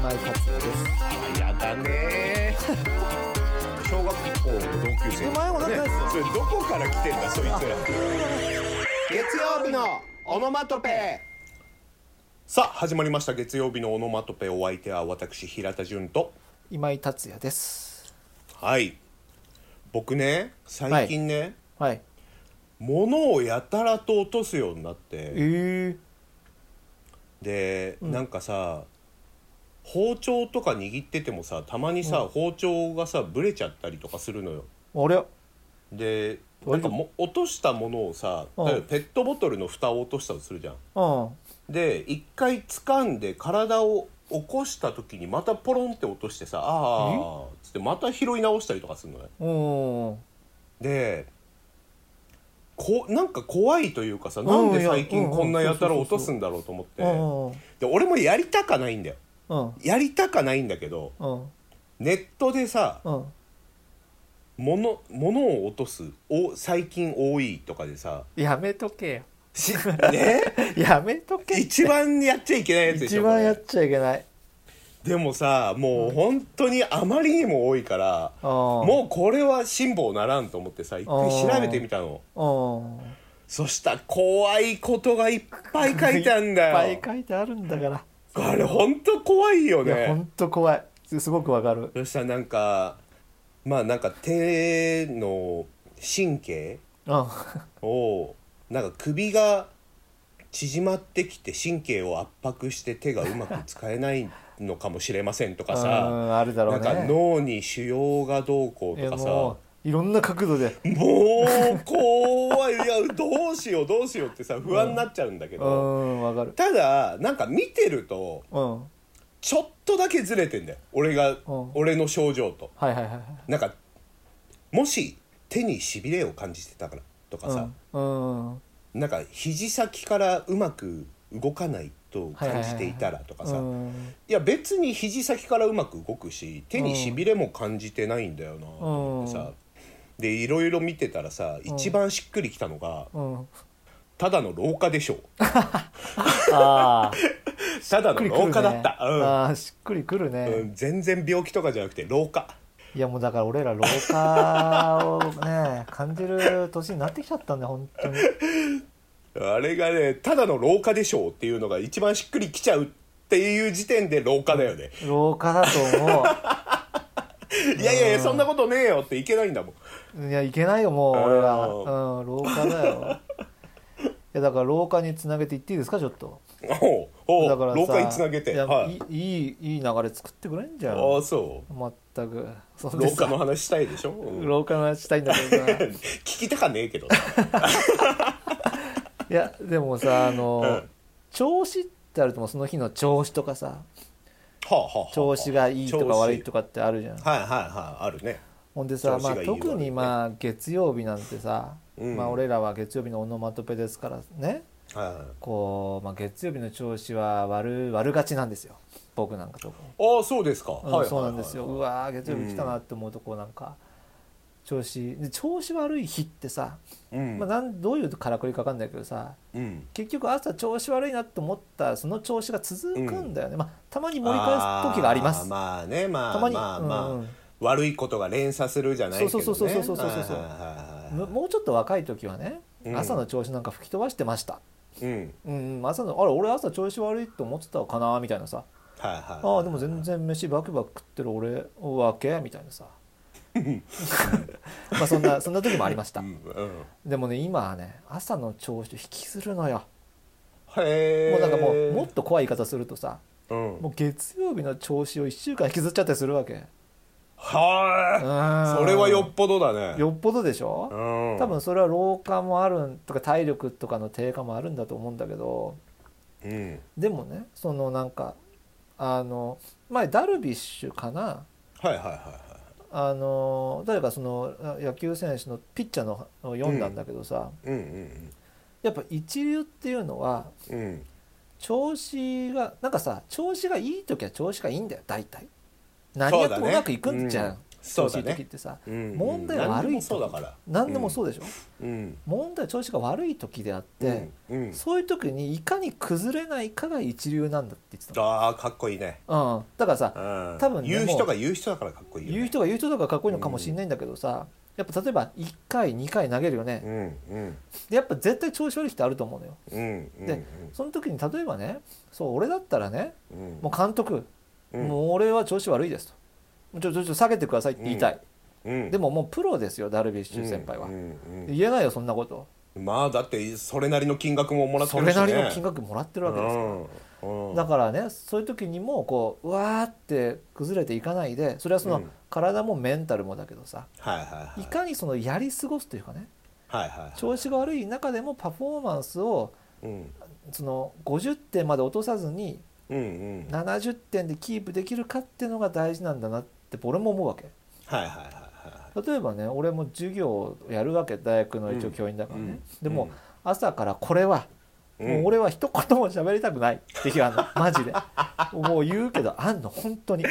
マイカツですあやだねー 小学校の同級生お前もなんかねそれどこから来てんだそいつら月曜日のオノマトペさあ始まりました月曜日のオノマトペお相手は私平田純と今井達也ですはい僕ね最近ね、はい物をやたらと落とすようになってえで、なんかさ包丁とか握っててもさたまにさ、包丁がさブレちゃったりとかするのよえあれでな割んとかも落としたものをさ、うん例えばペットボトルの蓋を落としたとするじゃんうんで一回掴んで体を起こした時にまたポロンって落としてさあーっつってまた拾い直したりとかするのねうんでこなんか怖いというかさんなんでいや最近うんこんなやたらそう落そうそうそうとすんだろうと思ってうんで俺もやりたかないんだようんやりたかないんだけどうんネットでさうん物物を落とすお最近多いとかで さやめとけよしね やめとけ一番やっちゃいけないやつでし一ょ番やこっちゃいけないれでもさもう本当にあまりにも多いから、ももうこれは辛抱ならんと思ってさ一回調べてみたのうんうんそしたら怖いことがいっぱい書いてあるんだよいっぱい書いてあるんだからあれ本当怖いよいやほねんと怖いすすごくわかるそしたらなんかまあなんか手の神経うんをなんか首が縮まってきて神経を圧迫して手がうまく使えないのかもしれませんとかうさんあるだろなうんねか脳に腫瘍がどうこうとかいやもさういろんな角度でもう怖いいやどうしようどうしようってさ不安になっちゃうんだけうど、んわかるただなんか見てるとうんはちょっとだけずれてんだよ俺が、うん俺の症状といはいはいはいなんかもし手にしびれを感じてたからとかさ、うんうんなんか肘先からうまく動かないと感じていたらとかさ、いうんや別に肘先からうまく動くし手にしびれも感じてないんだよなと思ってさ、でいろいろ見てたらさ一番しっくりきたのが、うんただの老化で しょうあーただしっくのりくる老ね化だった、あーしっくりくるね、うんうん、全然病気とかじゃなくて老化いやもうだから俺ら老化をね 感じる年になってきちゃったんだよ本当にあれがねただの老化でしょうっていうのが一番しっくりきちゃうっていう時点で老化だよね、老化だといやいやいやうんそんなことねえよっていけないんだもん思う いやいけないよもう俺らううん老化だよ いやだから老化につなげていっていいですかちょっとおうおうだからさ老化につなげていやはいいいいいい流れ作ってくれんじゃんああそまったくそうで老さ化の話したいでし ょ、うん老化の話したいんだけどさ 聞きたかねえけどいやでもさあうんの、調子ってあるともその日の調子とかさはあはあはあ調子がいいと調か子悪いとかってあるじゃんはいはいはいあるねほんでさ、ま調あ、子がいい悪いね特にまあ月曜日なんてさ、うんまあ、俺らは月曜日のオノマトペですからねはこう、まあ、月曜日の調子は悪悪がちなんですよ僕なんか特に、いああそうですか、うんはいはいはいそうなんですようわー月曜日来たなって思うとこうなんか、調子で調子悪い日ってさ、うん、まあ、なんどういうからくりかかんないけどさうん結局朝調子悪いなって思ったその調子が続くんだよね、まあ、たまに盛り返す時がありまーす、まあねまあたまにまあまあ、うんうん悪いことが連鎖するじゃないけど、ね、そうそうそうそうそうそうそうはいはいはいむはもうちょっと若い時はねうん朝の調子なんか吹き飛ばしてました、いうんうんうん、朝のあれ俺朝調子悪いと思ってたかなみたいなさはいはいああでも全然飯バクバク食ってる俺わけみたいな さまあそんなそんな時もありました、うんうんでもね今はね朝の調子引きずるのよへえもうなんかもうもっと怖い言い方するとさうんもう月曜日の調子を1週間引きずっちゃったりする わけはあそそれはよっぽどだねよっぽどでしょ、うん多分それは老化もあるんとか体力とかの低下もあるんだと思うんだけどうんでもねそのなんかあの前ダルビッシュかなはいはいはあの誰かそのあ野球選手のピッチャーのを読んだんだけどさ、いはいうんやっぱ一流っていうのはうんうん調子がなんかさ調子がいい時は調子がいいんだよ大体何やってもうまくいくんじゃん、うん調そう子いだい時っね、てさ、うん問題が悪い時何でもそうだから何でもそうでしょ、うん問題調子が悪い時であって、うんうん、そういう時にいかに崩れないかが一流なんだって言ってたああかっこいいね、の、うん、だからさ、うん、多分ね言うもう人が言う人だからかっこいいよ、ね、言う人が言う人とかかっこいいのかもしれないんだけどさ、やっぱ例えば1回2回投げるよね、うんうんでやっぱ絶対調子悪い人あると思うのようんうんでその時に例えばねそう俺だったらねうんもう監督、うんもう俺は調子悪いですと。もうちょちょちょ下げてくださいって言いたい、うんでももうプロですよダルビッシュ先輩は、うんうん言えないよそんなことうんまあだってそれなりの金額ももらってそるれし、ね、なりの金額もらってるわけですよ、うんうんだからねそういう時にもこううわーって崩れていかないでそれはそうのん体もメンタルもだけどさ、はいはいいはいかにそのやり過ごすというかねはいはい調子が悪い中でもパフォーマンスをうんその50点まで落とさずにうんうんはい70点でキープできるかってのが大事なんだなって俺も思うわけはいはいは例えばね俺も授業をやるわけ大学の一応教員だからね、うんでも、うん朝からこれは、いもう俺は一言も喋りたくないって日があるのマジでもう言うけどあんの本当にへ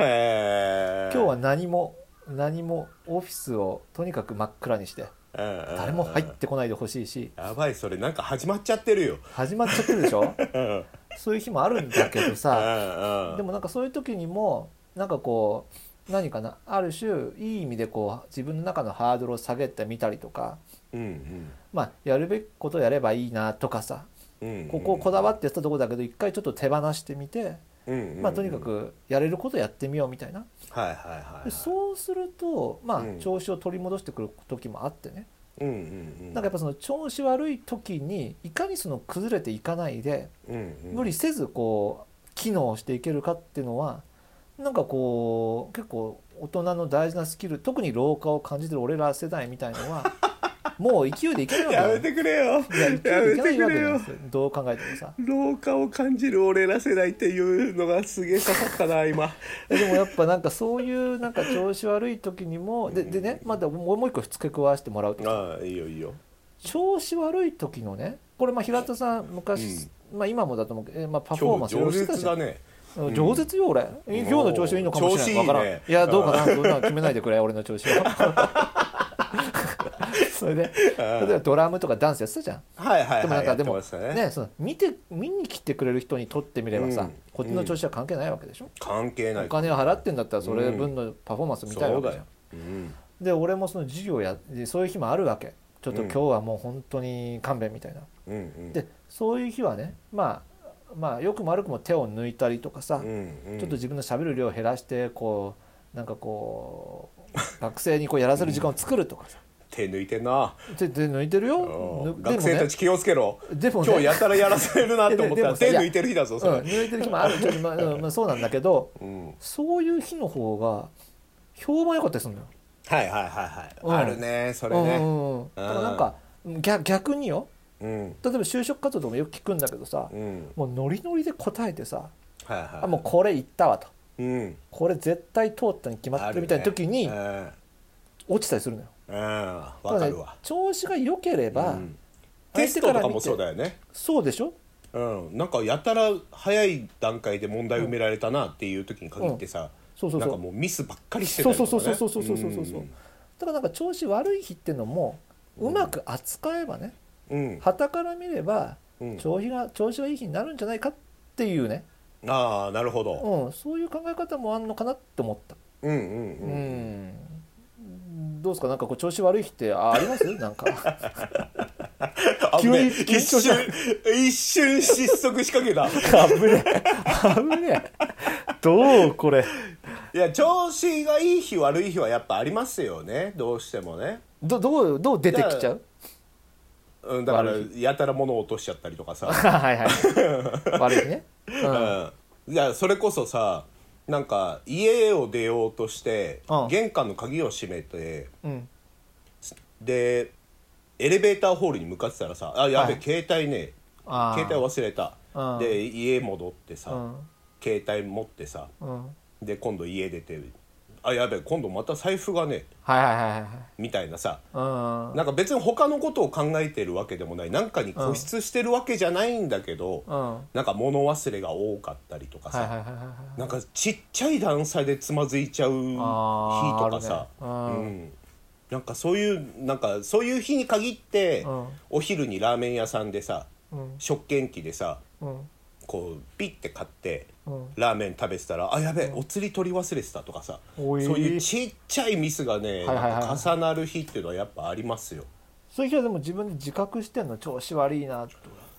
え今日は何も何もオフィスをとにかく真っ暗にして誰誰も入ってこないでほしいしやばいそれなんか始まっちゃってるよ始まっちゃってるでしょ うんそういう日もあるんだけどさうんでもなんかそういう時にもなんかこう何かなある種いい意味でこう自分の中のハードルを下げてみたりとか、うんまあ、やるべきことをやればいいなとかさうんうんここをこだわってやってたとこだけど一回ちょっと手放してみて、うんうんまあ、とにかくやれることやってみようみたいなはいはいはいはいでそうすると、まうんあ、調子を取り戻してくる時もあってねうんうんうんなんかやっぱその調子悪い時にいかにその崩れていかないでうんうん無理せずこう機能していけるかっていうのはなんかこう結構大人の大事なスキル特に老化を感じてる俺ら世代みたいの はもう勢いでいけないわけやよめてくれよいや勢いでいけないわけやなめんでてすよどう考えてもさ老化を感じる俺ら世代っていうのがすげえ刺さったな 今えでもやっぱなんかそういうなんか調子悪い時にもででねまだもうもう一個付け加わしてもらうとああいいよいいよ調子悪い時のねこれまあ平田さん昔、まあ、今もだと思うけど、えまあ、パフォーマンスいろ今いろし日てた饒舌じゃだんねうん饒舌よ俺え今日の調子いいのかもしれない調子いいねわからんいやどうかなどうな決めないでくれ俺の調子は それで例えばドラムとかダンスやってたじゃんはいはいはいでもなんやかってでもましたねねその見て見に来てくれる人にとってみればうさんこっちの調子は関係ないわけでしょ関係ないお金を払ってんだったらそれ分のパフォーマンス見たいそわうけだじゃよん、うん、で俺もその授業やでそういう日もあるわけちょっとうん今日はもう本当に勘弁みたいな、うんうんでそういう日はねまあまあ良くも悪くも手を抜いたりとかさ、うんうんちょっと自分のしゃべる量を減らしてこうなんかこう学生にこうやらせる時間を作るとかさ手抜いてんな手手抜いてるようんぬ学生たち気をつけろでもね今日やたらやらせるなと思いやでったでらもさ手抜いてる日だぞうん、それ抜いてる日もあるちょっとま あうんまあそうなんだけどうんそういう日の方が評判良かったりするのよはいはいはいうんはいあるねそれうねんうんうん、だからなんか逆逆によう例んえば就職活動とかもよく聞くんだけどさ、うんもうノリノリで答えてさ、はいはいあもうこれ言ったわとうんこれ絶対通ったに決まあってるるねみたいな時にうん落ちたりするのよ。うんわだかからるねわ調子が良ければ、うんテ相ス手トかとらか見てもそうだよねそうでしょうん、なんかやたら早い段階で問題埋められたなっていう時に限ってさ、そうそうなんそかうもうミスばっかりしてたそうりそとうそうかそうねそうそうそうそうそうだからなんか調子悪い日ってのもうまく扱えばねうんうん旗から見ればうん調子が調子がいい日になるんじゃないかっていうね、ああなるほど、うん、そういう考え方もあんのかなって思った。うん、うんううんんどうですかなんかこう調子悪い日ってああり ますなんかあ急にぶね緊張一した瞬一瞬失速しかけた危ねえ危ねえどうこれいや調子がいい日悪い日はやっぱありますよねどうしてもね、どどうどう出てきちゃううん、だから悪やたら物を落としちゃったりとかさはいはい 悪いね、うんうんいやそれこそさなんか家を出ようとして、うん玄関の鍵を閉めてうんでエレベーターホールに向かってたらさ「あやべ、はい携帯ねあー携帯忘れたう」んで家戻ってさ、うん携帯持ってさうんで今度家出て「あやべえ今度また財布がねはいはいはいはいはいみたいなさうんなんか別に他のことを考えてるわけでもないなんかに固執してるわけじゃないんだけど、うんはなんか物忘れが多かったりとかいさ、はいはいはいはいなんかちっちゃい段差でつまずいちゃう日あーとかさ、あるねうんうんなんかそういうなんかそういう日に限って、うんお昼にラーメン屋さんでさうん食券機でさうんこうピッて買ってうんラーメン食べてたら「あやべえお釣り取り忘れてた」とかさ、おいそういうちっちゃいミスがはね、いはいはいなんか重なる日っていうのはやっぱありますよ。そういう人はでも自分で自覚してんの調子悪いなと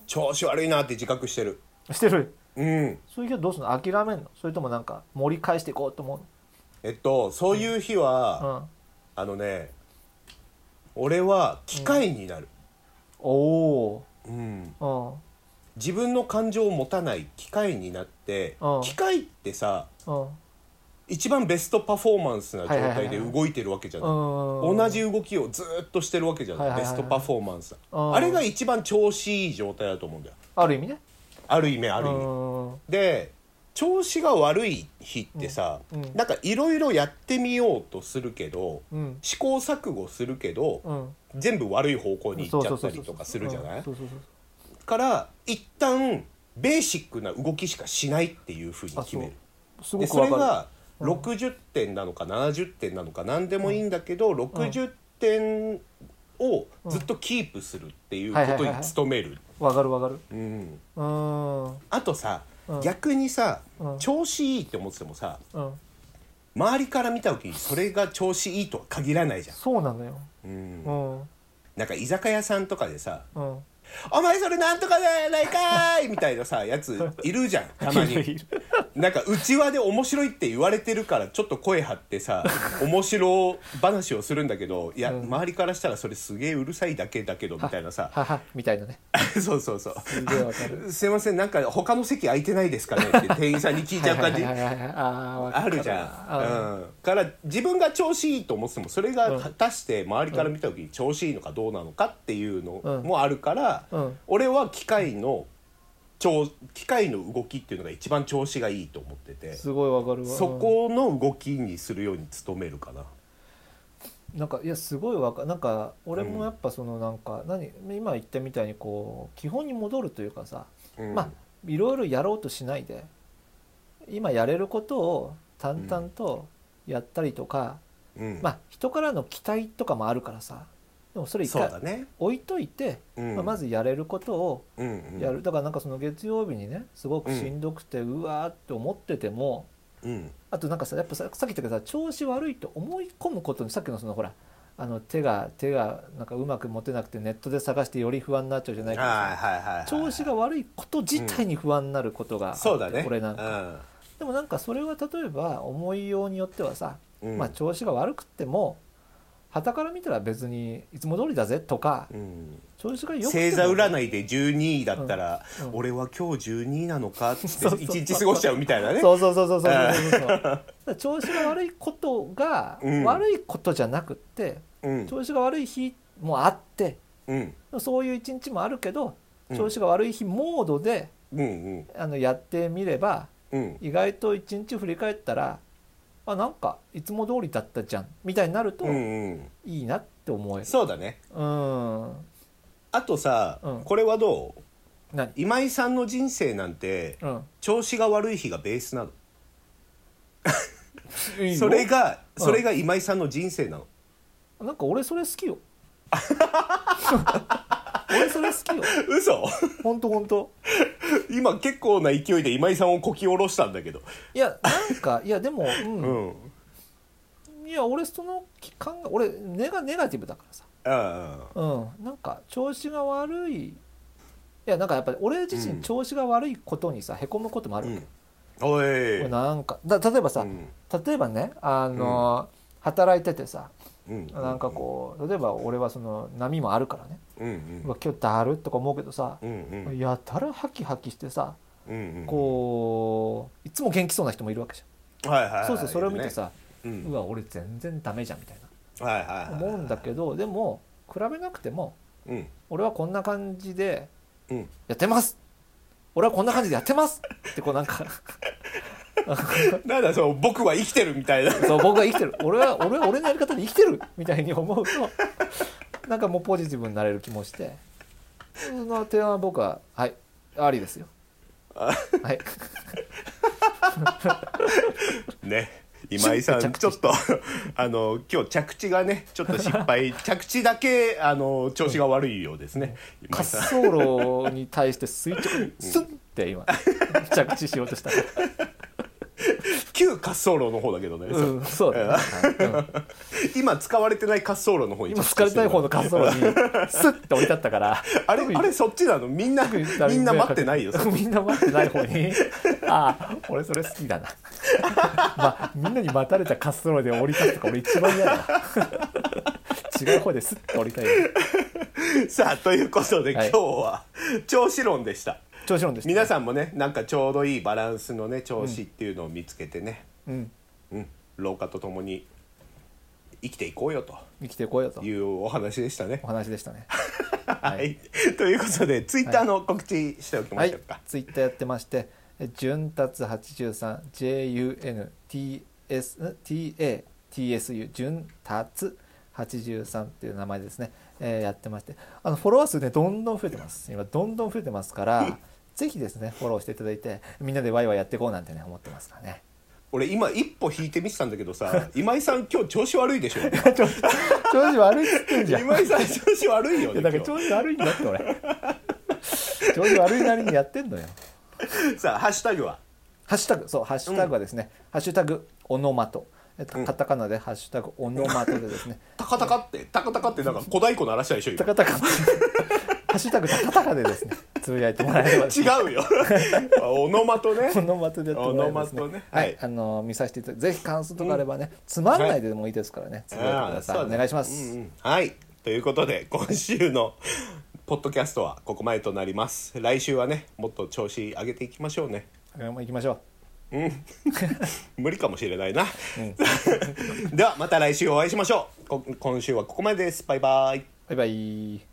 調子悪いなって自覚してる。してるうんそういう人はどうするの諦めんのそれともなんか盛り返していこうと思うえっとそういう日は、の、うん、あのね俺は機械になる、おうんお自分の感情を持たない機械になって、うん機械ってさうんうん一番ベストパフォーマンスな状はいはい態はでいはい動いてるわけじゃない,、うん同じ動きをずーっとしてるわけじゃなはい,、いはいはいベストパフォーマンスな、うんあれが一番調子いい状態だと思うんだよある意味ねある意味ある意味、うんで調子が悪い日ってさ、うんうんなんかいろいろやってみようとするけど、うん試行錯誤するけど、うん全部悪い方向に行そっうちゃそうっそたうりそうとかするじゃなういんそうそうそうから一旦ベーシックな動きしかしないっていうふうに決めるすごでくそわれかるが60点なのか70点なのか何でもいいんだけど、60点をずっとキープするっていうことに努める、わかるわかるうん、うんうんあとさ、うん逆にさ、うん調子いいって思っててもさうん周りから見た時にそれが調子いいとは限らないじゃそうなのよん、うんうんなんか居酒屋さんとかでさうん「お前それなんとかじゃないかーい!」みたいなさやつい るじゃんたまいるいにるなんかうちわで面白いって言われてるからちょっと声張っ てさ面白話をするんだけどいや、うん周りからしたらそれすげえうるさいだけだけどみたいなさ ははみたいなねそうそうそうすげえわかる「すいませんなんか他の席空いてないですかね」 って店員さんに聞いちゃう感じはいはいはいはいあーわかあるじゃん、うん、から自分が調子いいと思ってもそれがうん果たして周りから見た時に調子いいのかどうなのかっていうのもあるかうら、んうん俺は機械の調機械の動きっていうのが一番調子がいいと思っててすごいわかるわそこの動きにするように努めるかな。なんかいやすごいわかなんか俺もやっぱそのなんか、何今言ったみたいにこう基本に戻るというかさ、うんまあいろいろやろうとしないで今やれることを淡々とやったりとか、うんまあ人からの期待とかもあるからさでもそれ一そう回だね、置いといて、うんまあ、まずやれることをうんうん、やる、だからなんかその月曜日にねすごくしんどくて、うわーって思っててもうんあとなんかさやっぱささっき言ったけどさ調子悪いと思い込むことにさっきのそのほらあの手が手がなんかうまく持てなくてネットで探してより不安になっちゃうじゃないけどはいさはいはいはい調子が悪いこと自体に不安になることがあってそうだね俺なんかでもなんかそれは例えば思いようによってはさ、うんうんまあ、調子が悪くっても傍から見たら別にいつも通りだぜとかうん調子が良くて星も座占いで12位だったら、うんうん俺は今日12位なのかっ つそうそっうて一日過ごしちゃうみたいなねそうそうそうそうそうそうそうそう だから調子が悪いことがうん悪いことじゃなくって、うん調子が悪い日もあってうんそういう一日もあるけどうん調子が悪い日モードで、うんあのやってみればうんうん意外と一日振り返ったらあなんかいつも通りだったじゃんみたいになるとうんうんいいなって思える。そうだねうん、あとさ、うんこれはどう何今井さんの人生なんてうん、調子が悪い日がベースなのいいよそれがうんそれが今井さんの人生なの、なんか俺それ好き よ俺それ好きよ嘘ほんとほんと今結構な勢いで今井さんをこき下ろしたんだけどいやなんかいやでも、うんうんいや俺その期間が俺ネガネガティブだからさああうん、なんか調子が悪いいやなんかやっぱり俺自身調子が悪いことにさ、へこむこともあうるわけんおいこれなんかだ例えばさ、うん例えばねあの、働いててさうんなんかこう例えば俺はその波もあるからね、うんううんわ今日だるっとか思うけどさ、うんうんやたらハキハキしてさうんうんこういつも元気そうな人もいるわけじはいはいゃん、はいそうそうそれを見て、さ、いるねうわ俺全然ダメじゃんみたいうん、はいはいはいな思うんだけどでも比べなくてもうん俺はこんな感じでうんやってます俺はこんな感じでやってますってこうなんかなんだそう僕は生きてるみたいな そう僕は生きてる俺は俺は俺のやり方で生きてるみたいに思うとなんかもうポジティブになれる気もしてその提案は僕ははいありですよはいね今井さ着ん地ちょっとあの今日着地がねちょっと失 敗着地だけあの調子が悪いようですね今滑井さん走路に対して垂直にスンって今着地しようとした旧滑走路の方だけどね、そううんそうだねはいうん今使われてない滑走路の方に今好かれたい方の滑走路にスッて降り立ったからあれあれそっちなのみんなみんな待って ないよみんな待ってない方 にああ俺それ好きだな まあみんなに待たれた滑走路で降り立つとか俺一番嫌だな 違う方ですっと降りたいさあということで、はい今日は調子論でした調子論です皆さんもねなんかちょうどいいバランスのね調子っていうのを見つけてね、うんうん老化とともに生きていこうよと生きてこようというお話でしたねお話でしたねはいい、ということでツイッターの告知しておきまはしいょうか、ツイッターやってましてえ潤達 83JUNTSTATSU 潤達83っていう名前ですね、えーやってましてあのフォロワー数ねどんどん増えてます今どんどん増えてます からぜひですねフォローしていただいてみんなでワイワイやっていこうなんてね思ってますからね俺今一歩引いてみてたんだけどさ今井さん今日調子悪いでしょ ちょ調子悪いっつってんじ ゃんい今井さん調子悪いよやねだから今日調子悪いんだって俺 調子悪いなりにやってんのよさあハッシュタグはハッシュタグ、そう、ハッシュタグはですね、ハッシュタグオノマト。えっと、カタカナでハッシュタグオノマトでで すね。タカタカってタカタカってなんか小太鼓鳴らしたでしょタ今カタ カ。ハッシュタグタカタカでですね、つぶやいてもらえ ればですね。違うよオノマトねオノマトでやってもらえればですね。オノマトねははいい、あの見させていただいて、ぜひ感想とかあればね、つまんないでもいいですからね、つぶやいてください。あおーそうだね願いします。うんうんはいということで今週のポッドキャストはここまでとなります来週はねもっと調子上げていきましょうねうん、行きましょう。無理かもしれないな、 ではまた来週お会いしましょうこ今週はここまでですバイバイバイバイ。